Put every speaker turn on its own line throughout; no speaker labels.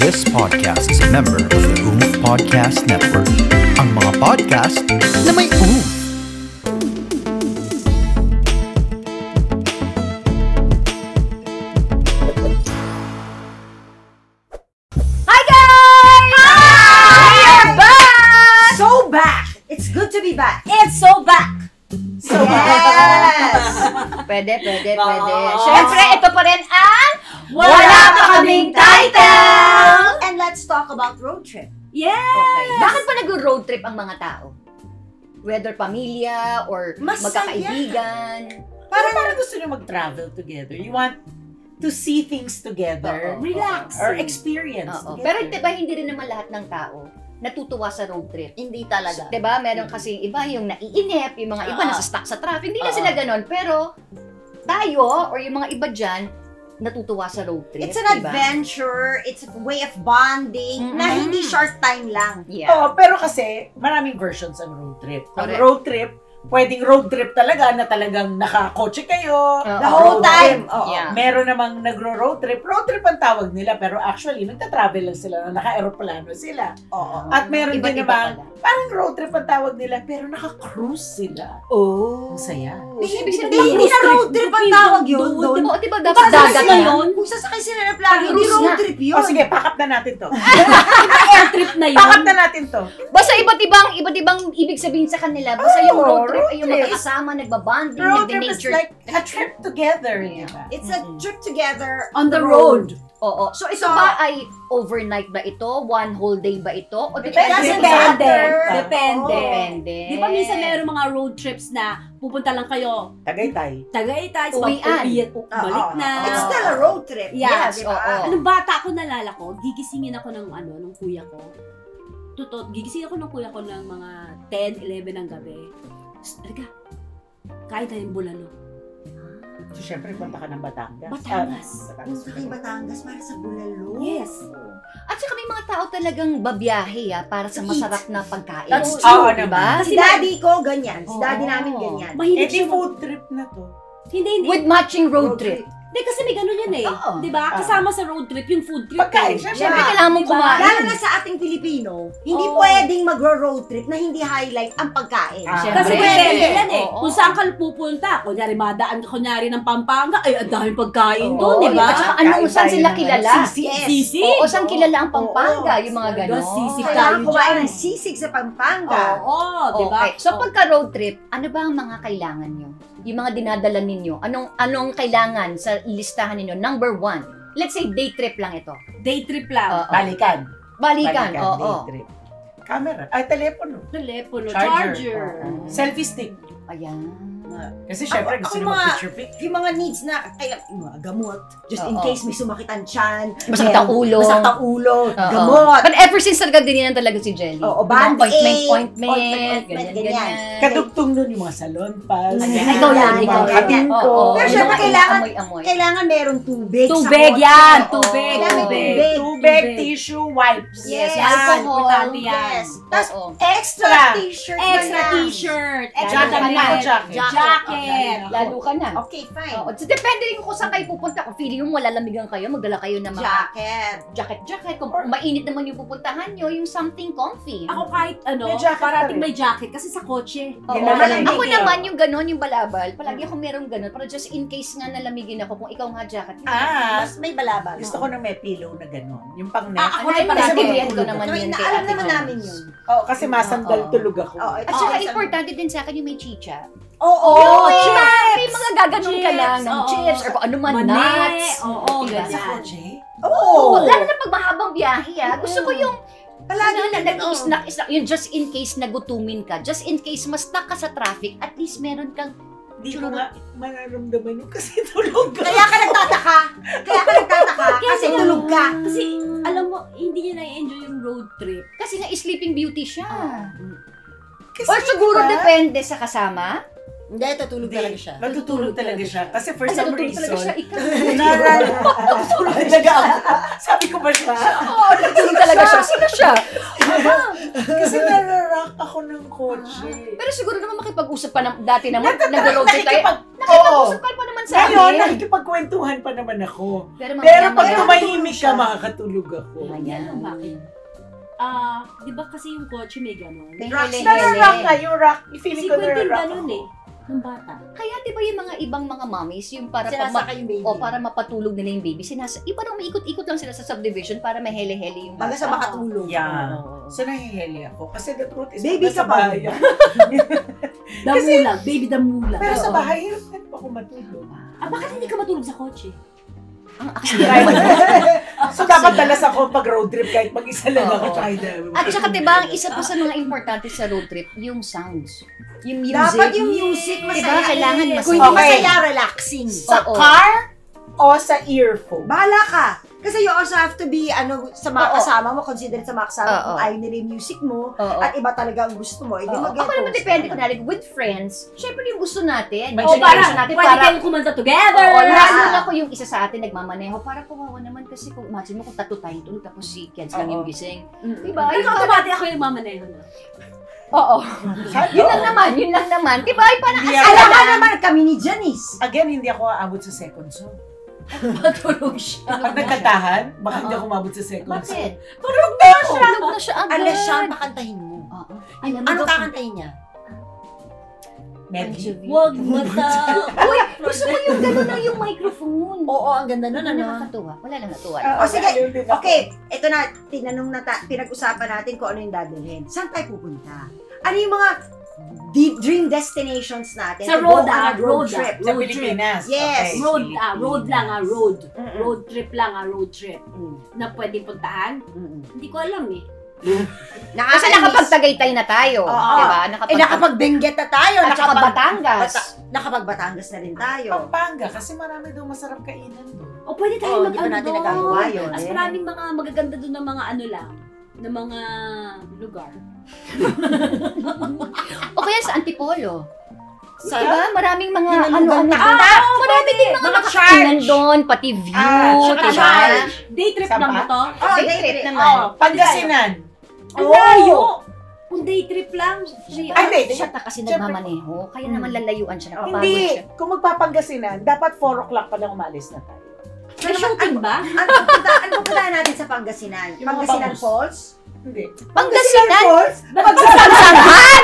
This podcast is a member of the OOF Podcast Network. Ang mga podcast na may OOF.
Hi guys! Hi! We are back!
So back! It's good to be back.
It's so back!
So yes!
Pwede, pwede, pwede.
Oo.
Siyempre, ito pa rin ang
And let's talk about road trip.
Yes!
Okay.
Bakit pa nag-road trip ang mga tao? Whether pamilya or
Masaya.
magkakaibigan.
Parang,
Ano parang gusto nyo mag-travel together. You want to see things together.
Oo.
Relax.
Or experience
Oo.
together.
Pero di ba hindi rin naman lahat ng tao natutuwa sa road trip?
Hindi talaga.
Di ba? Meron kasi yung iba yung naiinip, yung mga iba
Oo.
nasa stuck sa traffic. Hindi na
Oo.
sila ganon. Pero tayo or yung mga iba dyan, natutuwa sa road trip.
It's an
di ba?
adventure. It's a way of bonding na
Mm-mm.
hindi short time lang.
Yeah.
Oo, pero kasi maraming versions ang road trip. Ang
Correct.
road trip, pwedeng road trip talaga na talagang nakakotse
Oo.
kayo.
The whole
Road
time.
trip.
Oo.
Yeah.
Meron namang nagro-road trip. Road trip ang tawag nila, pero actually, nagta-travel lang sila, naka-aeroplano sila.
Oo.
At meron
Iba't iba
din namang,
pala.
parang road trip ang tawag nila, pero naka-cruise sila.
Oh.
Ang saya.
Hindi, hindi, hindi na road trip ang tawag yun.
Doon, diba, diba, dapat
Kung sasakay
dagat
sila-
yun.
Kung sasakay sila ng plano,
Pag
hindi
cruise
road
nga. Oh,
trip yun.
O sige, pack up na natin to.
Air trip na
Pack up na natin to.
Basta iba't ibang, iba't ibang ibig sabihin sa kanila. Basta yung
Oo,
road trip ay yung
road trip.
magkakasama, nagbabanding,
road trip is
nagbe-nature.
like a trip together, di ba?
It's a
Mm-mm.
trip together
On the road. Oo. So ito
So-
ba ay overnight ba ito? One whole day ba ito? O
It doesn't
Depende.
matter. Oh.
Depende.
Depende.
Di ba minsan mayroong mga road trips na pupunta lang kayo
Mm-hmm. Tagaytay.
Tagaytay, sa
Uwian.
uwian, u-
Oo.
balik na.
It's still a road trip.
Yeah.
Yes, diba?
oo.
Anong bata ako nalala ko, gigisingin ako ng ano, ng kuya ko. Totoo, gigisingin ako ng kuya ko ng mga 10, 11 ng gabi. Tapos, Talaga, kain tayong bulalo.
So, syempre, punta ka ng Batangas.
Batangas.
Ah,
Punta kay Batangas para sa Bulalo.
Yes.
At saka may mga tao talagang babiyahe ah, para sa
To eat.
masarap na pagkain.
That's
Oo,
true,
di
naman.
ba?
Si daddy ko, ganyan. Si
Oo.
daddy namin, ganyan.
Eh,
Mahilig
di
siya. mag-
food trip na to.
Hindi, hindi.
With matching road trip.
Hindi, kasi may ganun yan eh.
Oo.
Di ba?
Ah.
Kasama sa road trip, yung food trip.
Pagkain,
eh.
syempre.
Siyempre,
Yeah.
kailangan mong
Diba?
kumain.
Lalo na sa ating Pilipino, hindi
Oo.
pwedeng magro-road trip na hindi highlight ang pagkain.
Ah.
Kasi
Siyempre.
pwede yan eh.
Oo.
Kung saan ka pupunta, kunyari madaan ka kunyari ng Pampanga, ay ang daming pagkain doon,
Oo,
di ba?
At saka anong, saan sila kilala?
Sisi.
Yes.
Sisi.
Eh, Oo, saan kilala ang Pampanga?
Oo.
yung mga
Talaga,
ganon.
sisig
Kaya-
Kailangan
Tayo
kumain
dyan.
ng sisig sa
Oo,
Pampanga.
di ba?
Okay. So
Oo.
pagka road trip, ano ba ang mga kailangan nyo? Yung mga dinadala ninyo, anong anong kailangan sa listahan ninyo? Number one, let's say day trip lang ito.
day trip lang.
Oo.
Balikan.
Balikan, oo.
day trip. Camera. Ay, telepono.
Telepono,
Charger.
charger.
Oo. Selfie stick.
Ayan.
Kasi syempre,
Ako-
gusto
ako
nyo
mga-
mag-picture-picture.
Yung mga needs na, kaya yung mga gamot, just in
Oo.
case may sumakitan tiyan.
Masakit ang ulo.
Masakit ang ulo.
Oo.
Gamot.
But ever since talaga din yan talaga si Jelly.
Oo,
Yung mga
band-aid,
Ointment, ointment,
ointment,
ganyan,
ganyan.
ganyan.
Kadugtong nun yung mga salon pass.
Ayan.
Ikaw yan,
Yung
ikaw
mga
yan.
kanin ko.
Oo, oo.
Pero
Yung
syempre
mga
kailangan-
amoy-amoy.
Kailangan merong tubig. sa
Tubig
kotse.
yan!
Oo.
Tubig!
Kailangan
Tubig!
tubig.
Tubig, tissue, wipes.
Yeah.
Yes,
Yes,
alcohol.
importante yan.
Yes. Tapos,
Oo.
extra
Extra.
t-shirt na
Extra
lang.
t-shirt! Extra
Lalo ka na.
damit!
Jacket.
Jacket!
Lalo ka na.
Okay, fine.
Oo. So, depende rin kung saan kayo pupunta. Kung feeling mo malalamigan kayo, magdala kayo ng mga
Jacket.
jacket-jacket. Kung mainit naman yung pupuntahan nyo, yung something comfy.
Ako kahit ano,
May jacket
parating
ka rin.
may jacket kasi sa kotse.
Oo,
Yun naman ang
ako
big
naman yung ganon, yung balabal. Palagi ako merong ganon. Pero just in case nga nalamigin ako, kung ikaw nga jacket.
Ah,
Mas may balabas.
gusto ko na may pillow na gano'n. Yung pang
Ah,
neck.
ako rin
Ay,
parating.
sabihan ko
Tulog
naman
Okay,
yun
na,
kay
alam
Ate
naman
Jones.
namin yun.
Oo, kasi masandal
Oo.
tulog ako.
Oo, Oh,
At saka
isang-
importante din sa akin yung may chicha.
Oo,
Oo,
Yung
chips!
may- May mga gaganon ka lang ng
Chips, oo.
chips or kung ano man,
Mani,
nuts.
oo,
Diba?
Sa
ganyan.
kotse?
Oo.
Oo, Lalo na pag mahabang biyahe, ah. gusto ko yung
Palagi
ano, na,
ganun.
nag-snack, snack, yung just in case nagutumin ka, just in case mas stuck ka sa traffic, at least meron kang
Hindi ko nga mararamdaman yun kasi tulog ako.
Kaya ka nagtataka. Kaya ka nagtataka kasi
nga-
tulog ka.
Kasi alam mo, hindi niya na-enjoy yung road trip.
kasi nga sleeping beauty siya.
Kasi
Or siguro
diba,
depende sa kasama.
Hindi, tutulog
Hindi.
talaga siya.
Natutulog talaga siya. Kasi for
Ay,
some
natutulog talaga
reason,
siya. Ikaw.
nararamdaman. Natutulog talaga ako. Sabi ko ba siya?
Oo, natutulog talaga siya. Sino siya?
Kasi nararack ako ng kotse.
Pero siguro naman makipag-usap pa na, dati naman,
Nagtatrack-
nag-road trip tayo.
nakikipag- Oo.
Nakipag-usap ka pa naman sa
Ngayon,
amin.
nakikipagkwentuhan pa naman ako.
Pero,
Pero pag
Pero
tumahimik ka,
siya.
makakatulog ako.
Ayan, ano, bakit? Ah, di ba kasi yung kotse may gano'n?
Rocks, nararack kayo, rock. Feeling
Si
ko
Quentin
nararack
ganun
ako.
eh, nung bata.
Kaya di ba yung mga ibang mga mommies, yung para pag ma-
Sinasakay yung baby.
o para mapatulog nila yung baby, sinasa iba nang umiikot-ikot lang sila sa subdivision para mahele-hele yung
Baga
bata.
sa makatulog.
Yeah.
Oo.
So, nahihili ako. Kasi the truth is,
Baby
pagka sa
ka ba?
bahay ako. Kasi-
Damulag, baby damulag.
Pero sa
Oo.
bahay, hirap na pa ako matulog.
Ah, bakit hindi ka matulog sa kotse?
Ang
so, dapat dalas ako pag road trip kahit mag-isa lang ako.
Oo.
Tsaka hindi-
At saka diba, ang isa pa sa
Ah.
mga importante sa road trip, yung sounds. Yung music.
Dapat yung music masaya.
Diba, kailangan
Yes.
masaya.
Kung hindi
Okay.
masaya, relaxing.
Sa
Oo.
car o sa earphone?
Bahala ka. Kasi you also have to be, ano, sa
Oo.
mga kasama mo, considerate sa mga kasama mo,
Oo.
kung ayaw nila yung music mo,
Oo.
at iba talaga ang gusto mo, eh, hindi
Oo.
mag
Ako naman depende ko natin with friends. Syempre yung gusto natin.
May
Yung
O
generation
gusto
para,
natin
pwede
para
kayong kumanta together!
Oo,
Yes.
lalo na ko yung isa sa atin nagmamaneho. Para kawawa naman kasi kung imagine mo kung tatlo tayong tulog tapos si Keds lang yung
Oo.
gising.
Mm.
Diba?
Pero
Yung
kung
parang-
tumati ako yung mamaneho na.
Oo.
Sabi-
Yun lang naman, yun lang naman. Diba? Ay, parang
Hindi
Alam
ako,
ka naman, kami ni Janice.
again, hindi ako aabot sa second song.
Matulog Ano siya.
Pag nagkantahan, baka hindi
Oo.
ako umabot sa second song.
Bakit?
Tulog na ako!
Tulog na siya agad.
Alas siya, ang kakantahin mo.
Oo.
Alam mo
Ano
ba-
kakantahin niya?
Medley.
Huwag mata.
Uy, gusto ko yung gano'n na yung microphone.
Oo, ang ganda
Ano
nun,
na
ano?
nakakatuwa? Wala lang natuwa.
Ah,
O, sige.
ayun din ako.
Okay, ito na, tinanong na, ta- pinag-usapan natin kung ano yung dadalhin. Saan tayo pupunta? Ano yung mga di- dream destinations natin?
Sa
to go
road,
on a
ah, road,
trip.
ah,
Sa
road trip.
Pilipinas.
Yes.
Okay.
Road, ah, road lang, ah, road.
Mm-mm.
Road trip lang, ah, road trip.
Mm,
Na pwedeng puntaan?
mm-mm.
Hindi ko alam eh.
Kasi
Nakakainis.
nakapagtagaytay na tayo.
Oo.
Diba?
Eh,
Nakapag-
nakapagbenggit na tayo.
At saka
nakapag-
Batangas.
Bata- nakapagbatangas na rin tayo.
Pampanga, kasi marami daw masarap kainan doon.
O pwede
Oo,
tayo
hindi pa
mag-ano
natin
doon.
nagagawa yun,
As
eh.
maraming mga magaganda doon ng mga ano lang. Ng mga lugar.
O kaya sa Antipolo.
Sa-
diba? Maraming mga ano-ano.
Hinanungan tayo.
Ah, marami din mga
Mga
makakainan
church.
doon. Pati view.
Ah,
Ah,
tsaka
diba?
church.
Day trip
Saan
lang
ba?
ba to?
Oh,
Big
day
trip
trip.
naman.
Oh, Pangasinan.
Ang
Oh!
layo! Kung day trip lang. Ay,
Ay, hindi.
Siya ta kasi
Siyempre-
nagmamaneho. Kaya naman lalayuan siya. Napapagod
Hindi.
siya.
Kung magpapangasinan, dapat 4 o'clock pa lang umalis na tayo.
may shooting ba?
Ano pupunta, ano pupunta natin sa Pangasinan?
Yung mga
Pangasinan
bangus.
Falls?
Hindi.
Pangasinan!
Falls?
Pagsangsangan!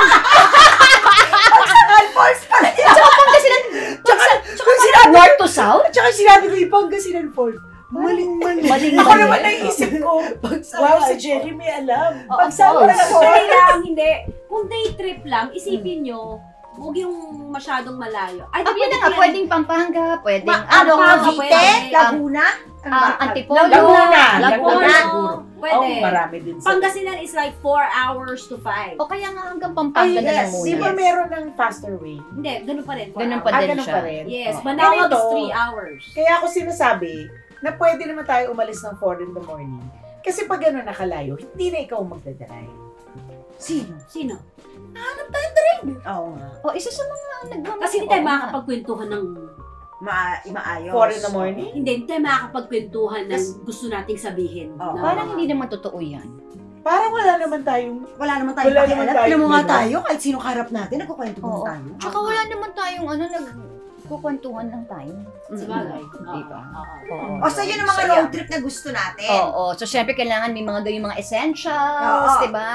Pangasinan Falls pa rin!
Tsaka Pangasinan!
Tsaka, tsaka, sinabi,
North to South?
tsaka sinabi ko yung Pangasinan Falls. Maling-mali.
Maling-mali.
Ako naman naisip ko, wow, si Jerry may alam. Pagsawa na
Oo.
Day lang, hindi. Kung day trip lang, isipin nyo, huwag yung masyadong malayo. Ay,
Ako na Ah, nga, pwedeng Pampanga, pwedeng
Ma- ano,
Ang Pangasinan,
Cavite?
Um,
pwede.
Laguna? Ano ba?
ah, Antipolo.
Laguna.
Laguna.
Laguna. Pwede.
Oh, marami din sa...
Pangasinan is like 4 hours to 5.
O kaya nga hanggang
Ay,
Pampanga na lang
yes.
muna.
Di ba meron ng faster way?
Hindi, ganun pa rin. four
Ganun pa
hours.
Ah,
din
ganun
siya.
pa rin.
Yes,
Oo.
Manawag is
Ganito.
3 hours.
Kaya ako sinasabi na pwede naman tayo umalis ng 4 in the morning. Kasi pag gano'n nakalayo, hindi na ikaw magdadrive.
Sino?
Sino?
Oo nga.
O, isa sa mga nagmamaneho.
Kasi hindi tayo makakapagkwentuhan ng...
Ma- maayos.
4 in the morning?
Hindi, hindi tayo makakapagkwentuhan ng
Yes.
gusto nating sabihin.
Oo.
Na-
Parang hindi naman totoo yan.
Parang wala naman tayong...
Wala naman tayo
Wala naman
pakialam.
tayo,
Alam mo nga
diba?
tayo, kahit sino kaharap natin, nagkukwento mo
Oo.
tayo.
Tsaka wala naman tayong ano, nagkukwentuhan lang tayo.
Sabagay.
Mm.
Oo,
Diba?
oo, oo.
Oo.
O, so yun ang mga
So,
road
yeah. Oh.
trip na gusto natin.
Oo. So, syempre, kailangan may mga ganyan mga essentials,
Oo.
di ba?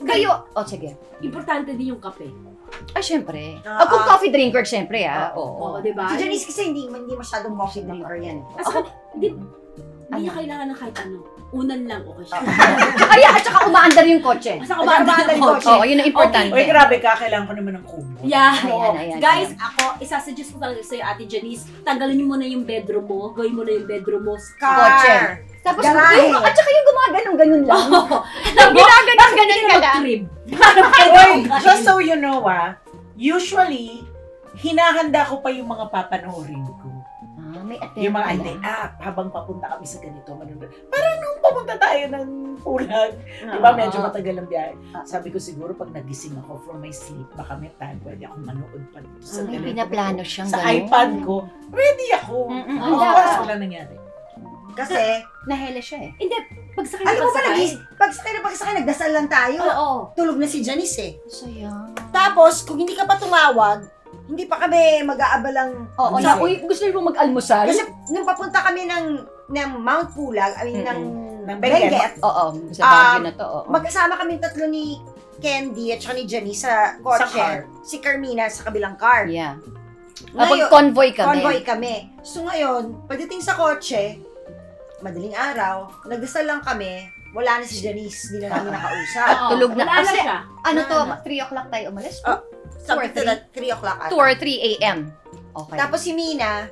Kayo, o sige.
Importante din yung kape.
Ay, syempre.
Oo.
Ako coffee drinker, syempre, ah. Oo.
Oo, diba? di ba?
Si Janice kasi hindi, hindi masyadong coffee drinker yan.
As-
Ako,
Hindi, hindi niya
Ano?
kailangan ng kahit ano. Unan lang, okay siya.
ay, at saka umaandar yung kotse.
Basta kumakamata ng
Kotse.
kotse.
Oo, yun ang importante.
Uy, grabe ka, kailangan ko naman ng kubo.
Yeah.
Ayan, ayan,
Guys, ako, isasuggest ko talaga sa'yo, Ate Janice, tanggalin mo na yung bedroom mo, gawin mo na yung bedroom mo.
Kotse. Tapos,
Garahe.
yung, at saka yung gumaganong-ganon lang.
Oo.
Yung Ginaganong-ganon
Hindi
ka
ka
lang.
mag-crib.
Uy, just so you know ah, usually, hinahanda ko pa yung mga papanoorin ko.
Ah, may attempt.
Yung mga
pala.
ante, ah, habang papunta kami sa ganito, manonood. Parang nung papunta tayo ng pulag, di ba, medyo matagal ang biyahe. Sabi ko siguro pag nagising ako from my sleep, baka may time, pwede akong manood pa dito sa
May
telepono
Mm, pinaplano
ko,
siyang
Sa
ganun.
iPad ko, ready ako.
Mm-mm.
Ang
Ang
oras
dapat.
wala nangyari.
Kasi,
Nahele siya eh.
Hindi, pag sa kanya
alam mo ba,
pagsakay,
nagis- pag pag sa tayo sa akin, nagdasal lang tayo.
Oo.
Tulog na si Janice eh.
Sayang.
Tapos, kung hindi ka pa tumawag, hindi pa kami mag-aabalang
Oo,
Kasi-
na, uy, gusto niyo mag-almusal?
Kasi nung papunta kami ng, ng Mount Pulag, I mean,
Mm-mm.
ng
Ng
Benguet,
oo, sa bagyo
Um,
na to, oo.
magkasama kami yung tatlo ni Candy at saka ni Janice sa kotse.
Sa car.
Si Carmina sa kabilang car.
yeah. Ah, pag
Ngayon,
convoy kami.
convoy kami. So ngayon, pagdating sa kotse, madaling araw, nagdasal lang kami, wala na si Janice, hindi na namin nakausap.
Oo.
tulog na.
Wala na
Kasi-
siya.
Ano to,
Ano?
3 o'clock tayo umalis?
Oh,
Two or
Sabi ko na 3 o'clock
2
ata.
or 3 a.m. Okay.
Tapos si Mina,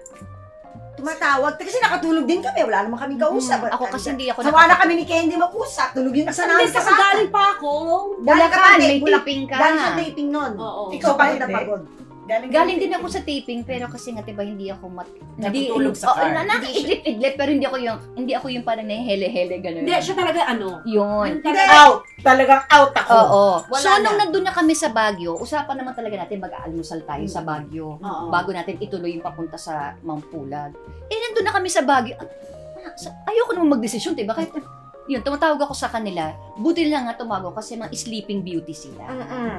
tumatawag. Kasi nakatulog din kami. Wala naman kaming kausap.
Mm, ako kasi hindi ako
Sawa na
nakaka-
kami ni Candy mag-usap. Tulog yun sa
Hindi,
namin
kasi galing pa ako.
Galing ka pa,
Bulacan, may
Bulak-
taping ka.
Galing sa taping nun.
Oo.
Ikaw
Sa
pa rin
Cavite.
napagod.
Galing din ako sa taping pero kasi nga 'di ba hindi ako mat hindi
Natutulog sa
Oo,
car.
na, nakikidlip-idlip pero hindi ako yung hindi ako yung parang nahihele-hele ganun.
Hindi, siya talaga
Yun.
ano. Yung
Hindi.
talaga-
Out! Talagang out ako.
Oo.
Wala
so, nung
na.
nandun na kami sa Baguio, usapan naman talaga natin mag-aalmusal tayo sa Baguio
Oo.
bago natin ituloy yung papunta sa Mampulag. Eh, nandun na kami sa Baguio. Ah, sa- Ayoko naman magdesisyon, diba? Kahit yun, tumatawag ako sa kanila. Buti lang nga tumago kasi mga sleeping beauty sila.
Mm-mm.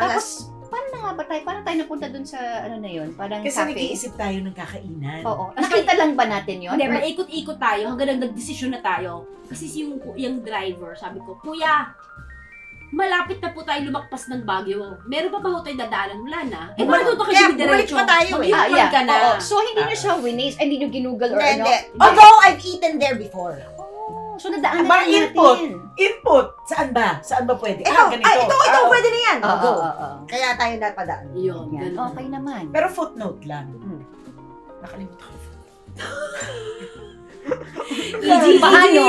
Tapos,
Tapos, paano na nga ba tayo? Paano tayo napunta dun sa ano na yun? Parang
Kasi
cafe?
nag-iisip tayo ng kakainan.
Oo. Nakita lang ba natin yun?
Hindi, paikot-ikot tayo hanggang nagdesisyon na tayo. Kasi si yung, yung driver, sabi ko, Kuya, malapit na po tayo lumakpas ng Baguio. Meron pa ba ho tayo dadaanan? Wala na. Eh,
Wala.
paano to kasi
Kaya
may diretso?
bumalik pa tayo eh.
Mag-iwan ka
Ah,
na. Ah.
Oo. So, hindi nyo siya winis? Hindi nyo ginugal or
hindi,
ano?
hindi. Although I've eaten there before.
Oo. So, nadaanan
Parang
na
input.
natin.
Input! Saan ba? Saan ba pwede?
Ito,
Ah, ganito.
ah, ito, ito,
Ah,
pwede na yan.
Oo,
Go.
oo, oo.
Kaya tayo napadaan.
Yun,
Yan.
ganun.
Okay naman.
Pero footnote lang.
Mm.
Nakalimutan ko.
EG,
Paano?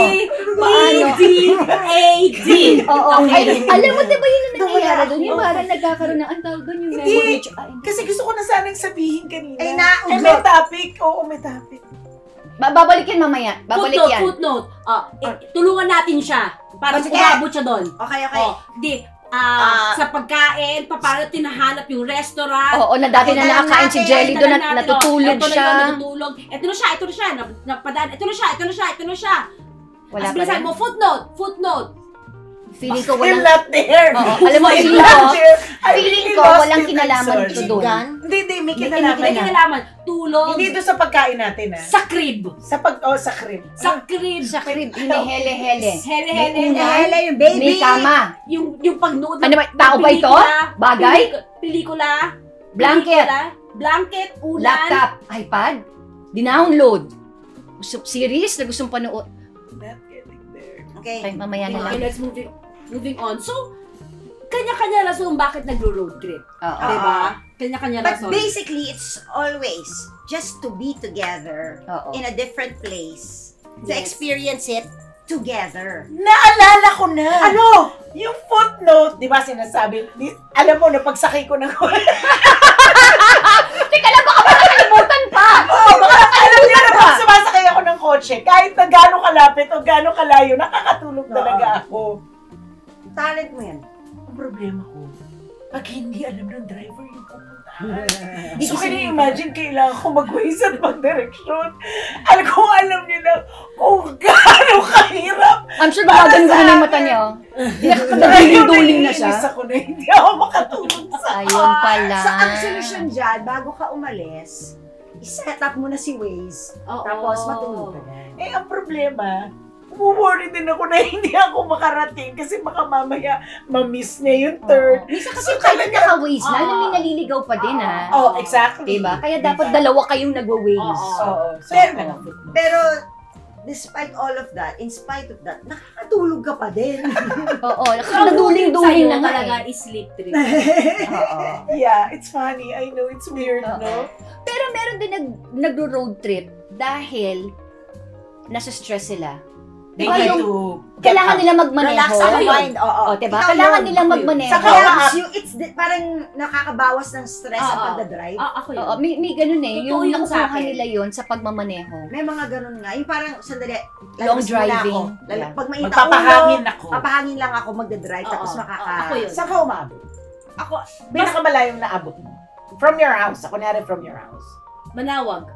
Paano?
EG, AD.
Oo,
Okay.
ay, alam mo, diba yun ang
Doon
nangyayari
wala.
doon? Yung
Oo.
parang nagkakaroon ng, ang tawag doon, yung
Hindi.
memory. Ay, hindi.
Kasi gusto ko na sanang sabihin kanina.
Ay,
Eh, may
naugot.
topic. Oo, may topic.
Ba- babalik yan mamaya. Babalik
Footnote,
yan.
footnote. Ah, eh, tulungan natin siya
Oh,
para
sige.
umabot siya doon.
Okay, okay.
Oh, di,
Ah.
ah, sa pagkain, pa- paano tinahanap yung restaurant.
Oo, na dati na
Dadalan
nakakain si
natin,
Jelly doon,
Dadalan
nat-
natin, oh,
natutulog
eto na
siya.
yun, natutulog. Ito na siya, ito na siya, nap- napadaan. Ito na siya, ito na siya, ito na siya.
Wala
As
pa rin.
mo, footnote, footnote.
Feeling ko
Still
walang,
not there.
Oo, alam mo,
Still
feeling
not
ko-
there. I
feeling
really
ko
lost
walang
it. I'm
kinalaman
sorry.
ito doon.
Hindi, hindi. May
Hindi,
kinalaman
May
na.
kinalaman, tulog
Hindi doon sa pagkain natin, ah.
sa crib.
Sa pag... Oh, sa crib.
Sa crib.
Sa crib, hinihele-hele.
Hele,
May
hele,
unan.
hele.
Hela yung baby.
May kama.
Yung, yung pagnood
Ano ba, tao ba ito? Bagay?
Pelikula.
Blanket?
pelikula, Blanket, ulan.
Laptop? iPad? Dinownload? Gusto, series na gustong panood?
Not getting there.
Okay.
Okay, mamaya na
Okay,
lang.
let's moving, moving on. So, kanya-kanya rason bakit nagro-road trip.
Oo.
Diba? Kanya-kanya
Ah, But
rason.
basically, it's always just to be together
Oo.
in a different place. To
Yes.
experience it together.
Naalala ko na. Ano? Yung footnote, di ba sinasabi, di, alam mo, napagsakay ko ng
Teka lang, baka makakalimutan pa!
Oo, baka alam niyo na
ba?
pag sumasakay ako ng kotse, kahit na gano'ng kalapit o gano'ng kalayo, nakakatulog
Oo.
talaga ako.
Talent mo yan.
Ang problema ko, pag hindi alam ng driver yung pupuntahan. so, can you imagine, kailangan ko mag-waste at mag-direksyon. Alam ko, alam niyo na kung gaano kahirap.
I'm sure baka ganun ganun yung mata niya. Nakakadaling-duling na siya.
naiinis ako na hindi ako makatulog sa
Ayun pala.
Sa ang solusyon dyan, bago ka umalis, i-set up mo na si Waze,
Oo.
tapos matulog ka na.
Eh, ang problema, worry din ako na hindi ako makarating kasi baka mamaya mamiss niya yung
Oo.
third.
Minsan kasi
So,
kahit
talaga-
naka-waze na, alam mo,
Oo.
may naliligaw pa din ha.
Oh, exactly.
Diba? Kaya dapat
Diba?
dalawa kayong nagwa-waze.
Oo.
Oo. So,
Pero-
parang-
Pero, despite all of that, in spite of that, nakakatulog ka pa din.
Oo,
So, ang duling
nakakadaling-duling na nga
talaga
eh.
is sleep trip.
Oo.
yeah, it's funny. I know, it's weird,
Oo.
no?
Pero meron din nag, nagro-road trip dahil nasa stress sila.
They
Diba
need
yung-
to get
Kailangan
out.
nila magmaneho.
Relax Oh, ang
yun.
mind. Oo.
Oo, diba?
Ikaw
Kailangan
yun.
nila
Ako yun.
magmaneho.
Sa
Kaya,
Kawa-
you- it's di- parang nakakabawas ng stress
Oo.
sa pagdadrive.
Ah, ako yun.
Oo, may, may ganun eh.
Totoo
Yung
yun sa
nakukuha
akin.
nila yon sa pagmamaneho.
May mga ganun nga. Yung parang, sandali,
Long
lalabas muna
driving.
Ako. Lalo-
Yeah.
Pag mainit ang ulo,
Magpapahangin ako.
papahangin lang ako magdadrive, tapos
Oo.
makaka...
Ako yun.
Saan ka umabot?
Ako,
Pinakamalayong naabot mo. From your house. Ako nari from your house.
Manawag.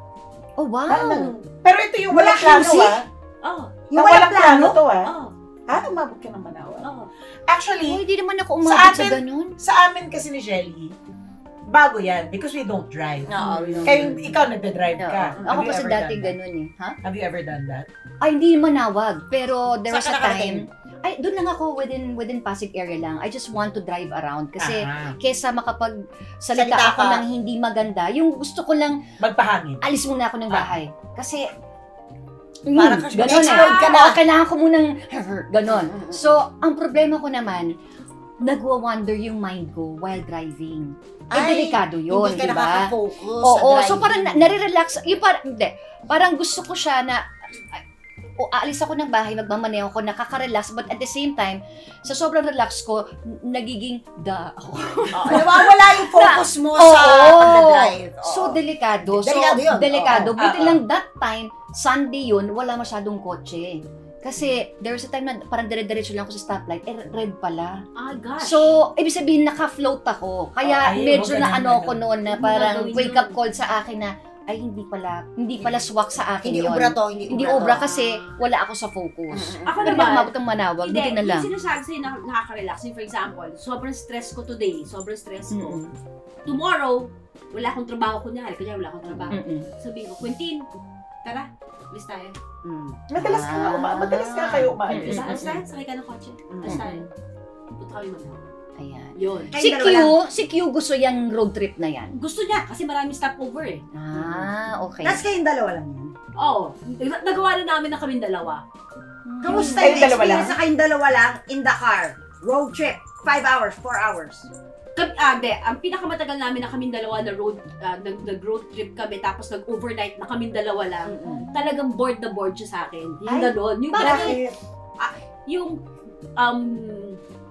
Oh, wow!
Parang- Pero ito yung
Wala
walang plano,
music?
ah.
Oh,
Walang Oh.
yung walang plano,
to, ah.
oh.
Ha? Umabot ka ng Manawan?
Oo.
Uy,
Actually,
di naman ako umabot sa,
atin-
ganun.
sa amin kasi ni Shelly, bago yan because we don't drive. Kayo, ikaw nagda-drive
Oo.
ka. Have
Ako
you
kasi
ever
dati
done that?
ganun eh. Ha?
Have you ever done that?
Ay, hindi manawag. Pero there was a
Saan ka nakarating?
time, ay, doon lang ako within within Pasig area lang. I just want to drive around kasi
Aha.
kesa
Salita
makapagsalita ako
ka.
ng hindi maganda, yung gusto ko lang
Magpahangin.
alis muna ako ng
Ah.
bahay. Kasi,
Parang
mm,
kasi
ganun eh.
explode ka na.
Ah, Kailangan ko munang, ganon. So, ang problema ko naman, nagwa-wonder yung mind ko while driving. Eh,
Ay,
delikado yun,
Hindi ka
di ba?
nakaka-focus sa
Oo, so
driving.
parang na- nare-relax. Yung parang, hindi. Parang gusto ko siya na, o aalis ako ng bahay, magmamaneho ko, nakaka-relax, but at the same time, sa sobrang relax ko, n- nagiging da ako.
Oo, nawawala yung focus mo
Oo.
sa pag-drive. Oo.
So, delikado. So,
Delikado yun.
Delikado.
Oo.
Buti
Oo.
lang that time, Sunday yun, wala masyadong kotse. Kasi there was a time na parang dire-diretso lang ako sa stoplight, eh red pala.
Ah, gosh.
So, ibig sabihin naka-float ako. Kaya
Oh, ay,
medyo
huwag
na
ganun,
ano
ganun.
ko noon na
Huwag
parang
gagawin
wake
yun.
up call sa akin na ay hindi pala, hindi pala swak sa akin
hindi
yun.
obra to, hindi,
Hindi
obra
obra
to.
kasi wala ako sa focus.
Mm-mm.
Ako
Hindi ako
naman,
mabot ng manawag,
Ano hindi,
buti diba, na lang.
yung sinasabi sa'yo na nakaka-relax. Yung for example, sobrang stress ko today, sobrang stress ko.
Mm-mm.
Tomorrow, wala akong trabaho kunyari, kunyari wala akong trabaho.
Mm-mm.
Sabi ko, Quentin, tara, alis tayo.
Mm.
Madalas ka nga uma- madalas ka kayo umaalis.
Sa alis tayo, sakay ka ng kotse.
Mm,
Alis
Ah.
Mm-mm.
tayo. Punta kami manaw.
Ayan.
Yun.
Kayo
Si Q,
dalawa lang.
si Q gusto yung road trip na yan.
Gusto niya kasi maraming stopover eh.
Mm-hmm.
Ah, okay.
Tapos kayong dalawa lang yan.
Oo. nag- Nagawa na namin na kaming dalawa.
Mm-hmm.
Kamusta
Hmm. Kayong
yung
dalawa lang?
experience sa kayong dalawa lang in the car? Road trip. Five hours, four hours.
Kami, ah, hindi. Ang pinakamatagal namin na kaming dalawa na road, ah, nag, nag-road trip kami tapos nag-overnight na kaming dalawa lang. Talagang bored na bored siya sa akin. Yung
Ay,
gano'n. Yung,
Bakit?
yung um,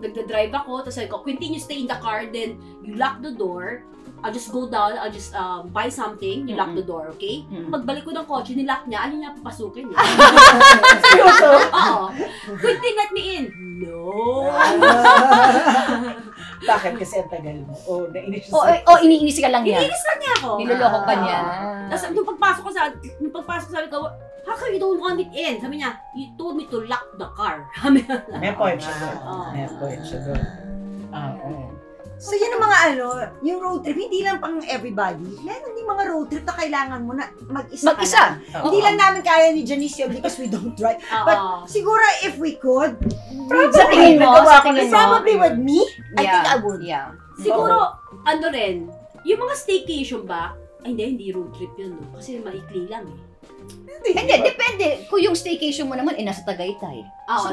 nagda-drive ako, tapos sabi ko, Quentin, you stay in the car, then you lock the door, I'll just go down, I'll just um, buy something, you lock the door, okay?
Mm.
Pagbalik ko ng kotse, nilock niya, ano niya papasukin niya?
Seryoso?
Oo. Quentin, let me in! No!
Bakit kasi ang tagal mo? O nainis siya
O,
sa...
o, Oh, eh, iniinis ka lang niya.
Iniinis lang niya ako.
Niloloko ka niya.
Tapos nung pagpasok ko sa, nung pagpasok ko sabi ko, how come you don't want it in? Sabi niya, you told me to lock the car. Sabi niya,
May point siya doon.
oh.
Oo.
May point siya doon. Ah, oo.
So yun ang mga ano, yung road trip, hindi lang pang everybody. Meron din mga road trip na kailangan mo na mag-isa. ka
Mag-isa.
lang. Hindi lang namin kaya ni Janice yun because we don't drive.
oo.
Siguro if we could,
Sa tingin mo,
Nagawa
sa
ko
tingin
na-
mo.
probably with me, I
Yeah.
think I would.
Yeah.
Siguro, ano rin, yung mga staycation ba, ay hindi, hindi road trip yun, no? Kasi maikli lang eh.
Hindi, depende. Kung yung staycation mo naman, eh, nasa Tagaytay.
Oo,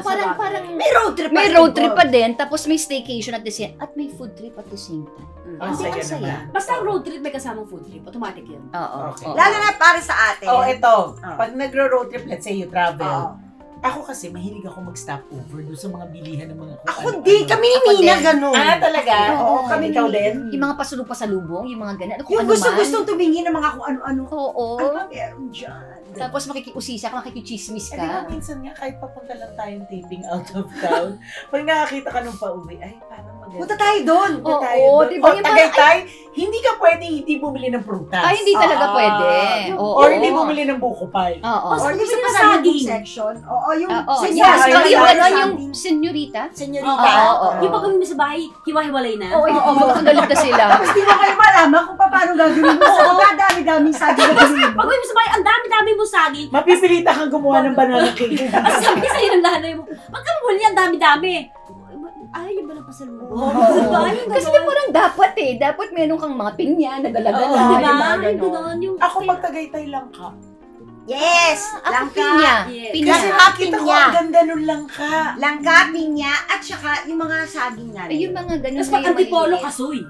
so,
sa
parang,
bagay.
parang,
May road trip
may
pa
road
rin
trip pa din, tapos may staycation at the same, at may food trip at the same time.
Ang
Hindi,
saya
ang saya.
Ah, naman.
Basta ang road trip may kasamang food trip, automatic yun.
Oo.
Okay.
oo.
Lalo na para sa atin.
Oh, ito.
Ah.
Pag nagro-road trip, let's say you travel.
Oo.
Ah.
Ako kasi, mahilig ako mag-stopover doon sa mga bilihan ng mga kung
Ako
ano-ano.
di, kami ni
Ako
Mina
din.
ganun.
Ah, talaga? Oo, kami ikaw din?
Yung mga pasulong pasalubong, yung mga ganun. Kung
Yung
ano
gusto-gusto tumingin ng mga kung ano-ano.
man. Oo.
Ano ba meron dyan?
Tapos makikiusisa ka, makikichismis
Diba? Eh, di ba
ka.
minsan nga, kahit papunta lang tayong taping out of town, pag nakakita ka nung pauwi, ay, parang maganda.
Punta tayo doon.
Punta
Oo,
tayo doon.
di ba?
O,
oh, diba, Yung parang-
Tagaytay, hindi ka pwedeng hindi bumili ng prutas.
Ay, hindi talaga
Oo.
pwede. Oo.
Or hindi bumili ng buko pie.
Oo.
Mas-
Or di
Gusto
ba
mo
yung
sa saging?
saging section? Oo, oh, yung
Oo.
sa
Yes,
saging.
yung, yung, ano, yung
saging.
senyorita.
Senyorita.
Oo,
oo, oo.
Yung pag kami sa bahay, hiwa-hiwalay na.
Oo, oo, magkagalit na sila.
Tapos di mo kayo malaman kung paano gagawin mo. Sa mga dami-daming saging na gawin mo.
Pag kami sa bahay, ang dami-dami mo saging.
Mapipilita kang gumawa ng banana cake.
Ang sabi sa'yo ng nanay mo, pag kami huli, ang dami-dami. Ayaw niya ba ng pasalubong?
Oo.
Sa
Diba?
bahay, yung
Kasi di
gano'n.
parang dapat eh. Dapat meron kang mga pinya na dalaga
Oo,
na. Ano?
Diba?
Yung mga
Yung
ganon.
gano'n, yung...
Ako pag Tagaytay lang ka.
Yes!
Ako
Langka.
pinya.
Yes.
Pinya.
Kasi
Nakita ko
pinya.
ang ganda nun lang ka.
Langka, pinya, at saka yung mga saging nga
Ay, yung mga ganun.
Tapos pag
na yung
antipolo,
maliit.
kasoy.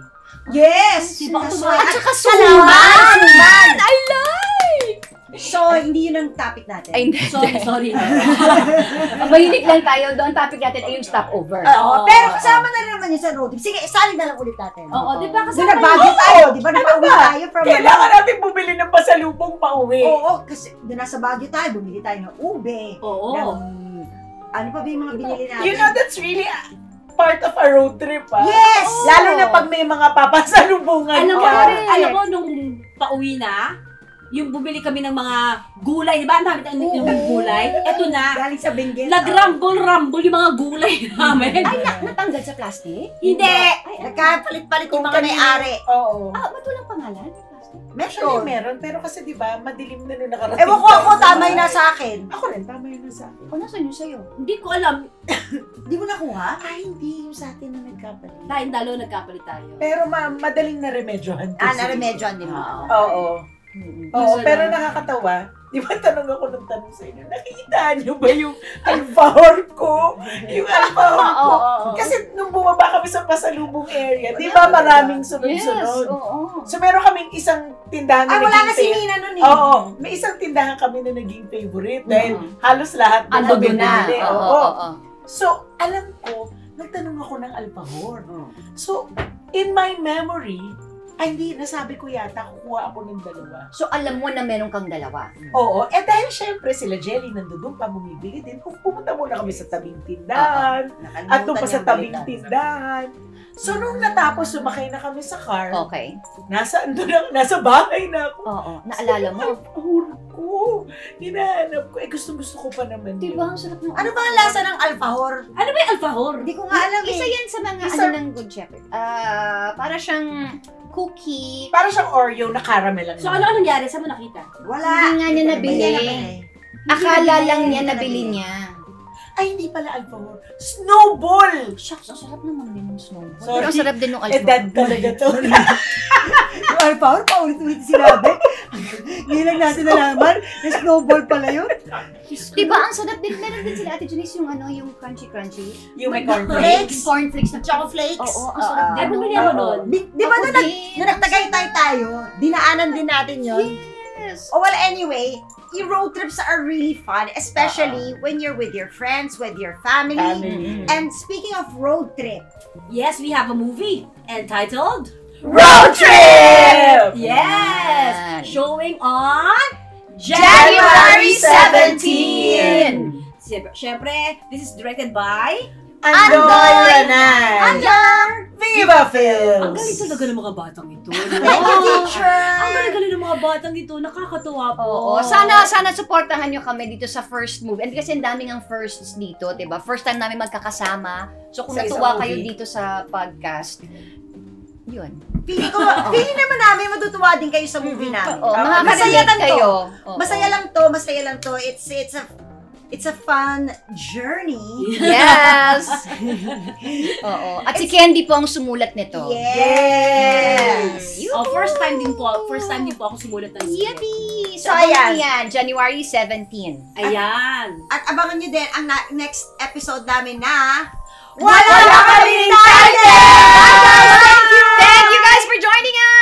Yes!
Di ba?
That's
Tumawa-
why-
At saka
Kalaman!
suman.
Kalaman!
I love!
So, hindi yun ang topic natin.
Ay, hindi.
Sorry, sorry.
Mahilig lang tayo. Doon topic natin ay yung stopover.
Oo.
Pero kasama na rin naman yun sa road trip. Sige, isali na lang ulit natin.
Oo, di
diba
Doon
ba? Kasama yun.
nagbago tayo, di ba? Napauwi
Ano
ba?
tayo from...
Kailangan natin bumili ng pasalubong pauwi.
Oo, kasi doon nasa Baguio tayo, bumili tayo ng ube.
Oo.
Ng, ano pa ba yung mga binili natin?
You know, that's really a- part of a road trip, ah.
Yes! Ano
Lalo na pag may mga papasalubungan
Alam mo,
ka.
alam mo, nung pauwi na, Yung bumili kami ng mga gulay, di ba? Ang dami tayong
Oo.
yung gulay. Eto na,
Galing sa Benguet.
nagrumble-rumble yung mga gulay namin.
Ay, na- natanggal sa plastic?
Hindi!
Ay, ay,
Nagkapalit-palit yung mga may-ari.
Oo.
ah, ba't walang pangalan? Plastic?
Actually,
Meron.
meron. Pero kasi di ba, madilim na nung nakarating.
Ewan ko
tayo
ako,
sa
tama
bahay.
yung nasa akin.
Ako rin, tama yun na sa akin.
O, nasan yun sa'yo?
Hindi ko alam.
Hindi mo nakuha?
Ay, hindi yung sa atin na nagkapalit.
Tayong dalawa nagkapalit tayo.
Pero ma madaling na remedyohan.
Ah, naremedyoan din mo.
Oo. Oo,
Mm-mm.
pero nakakatawa. Di ba tanong ako ng tanong sa inyo, nakikita niyo ba yung alfahor ko? Yung alfahor
Oo,
ko.
oo, oo.
Kasi nung bumaba kami sa pasalubong area, di ba maraming
Yes,
sunod-sunod?
oo.
So meron kaming isang tindahan
Ah,
na
wala
naging
na si
favorite.
Mina nun eh.
Oo, may isang tindahan kami na naging favorite dahil
Mm.
halos lahat doon
Ando doon na.
binili.
Oo,
Oo.
oo, oo.
So, alam ko, nagtanong ako ng alpahor.
Mm.
So, in my memory, ay hindi, nasabi ko yata, kukuha ako ng dalawa.
So, alam mo na meron kang dalawa.
Oo. Eh dahil syempre sila Jelly nandoon pa bumibili din. Kung pumunta muna kami sa tabing tindahan.
Nakalimutan
At doon pa sa
niyang
tabing
balikan.
tindahan. So nung natapos sumakay na kami sa car,
Okay.
nasa ando na, nasa bahay na ako.
Oo, naalala mo.
Ahura ko. Hinahanap ko. Eh gusto gusto ko pa naman
Diba, ang sarap ng...
Ano ba ang lasa ng alfahor?
Ano ba yung alfahor?
Hindi ko nga alam
Isa
eh.
yan sa mga
Isa-
ano ng Good Shepherd. Ah, para siyang cookie.
Para siyang Oreo na caramel lang.
So
naman.
ano ang nangyari? Saan mo nakita?
eh. Wala.
Hindi nga
Ano
niya
Hindi
nabili.
niya nabili.
Akala
nabili.
lang
Hindi
niya
niya
nabili
nabili.
niya.
Ay, hindi pala alcohol. Snowball!
Shucks, ang sarap naman din ng snowball.
Sorry.
Pero ang sarap din ng
Eh,
alcohol.
dad talaga to.
Yung alfahor, paulit-ulit sinabi. Ngayon lang natin nalaman na snowball pala yun.
Diba, ang sarap din. Meron din sila Ate Janice yung ano, yung crunchy-crunchy.
Yung may cornflakes.
Flakes.
Cornflakes na
Choco flakes.
Oo, ang sarap
Oo.
Ay,
din.
bumili ako nun.
Di, di ba
Ako
Diba na nag,
din.
nung nagtagaytay tayo, dinaanan din natin yon.
Yes.
Oh, well, anyway, yung road trips are really fun, especially when you're with your friends, with your family.
Family.
And speaking of road trip,
Yes, we have a movie entitled
Road trip!
Yes!
Yan.
Showing on
January
17!
17.
Siyempre, syempre, this is directed by...
Andoy
Andoy
Ranay!
under
Viva Films!
Ang galing talaga ng mga batang ito.
thank you,
no?
teacher.
Ang galing-galing ng mga batang ito. Nakakatuwa po.
Oh.
Oo. Sana, sana supportahan nyo kami dito sa first movie. And kasi ang daming ang firsts dito, di ba? First time namin magkakasama. So kung
Sa isang
natuwa kayo
movie.
dito sa podcast, yun.
Pili ko, pili naman namin matutuwa din kayo sa movie namin.
Oo,
Tama.
Oh, Masaya
makakarinig
lang to.
Oh, kayo. Oo.
Masaya lang to, masaya lang to. It's it's a it's a fun journey.
Yes! Oo. At si Candy po ang sumulat nito.
Yes.
Yes.
Oh, first time din po. First time din po ako sumulat ng script.
Yippee! So,
So,
ayan.
ayan.
yan. January 17.
Ayan.
At abangan nyo din ang na- next episode namin na
Wala kaming
Title!
Thank you guys for joining us!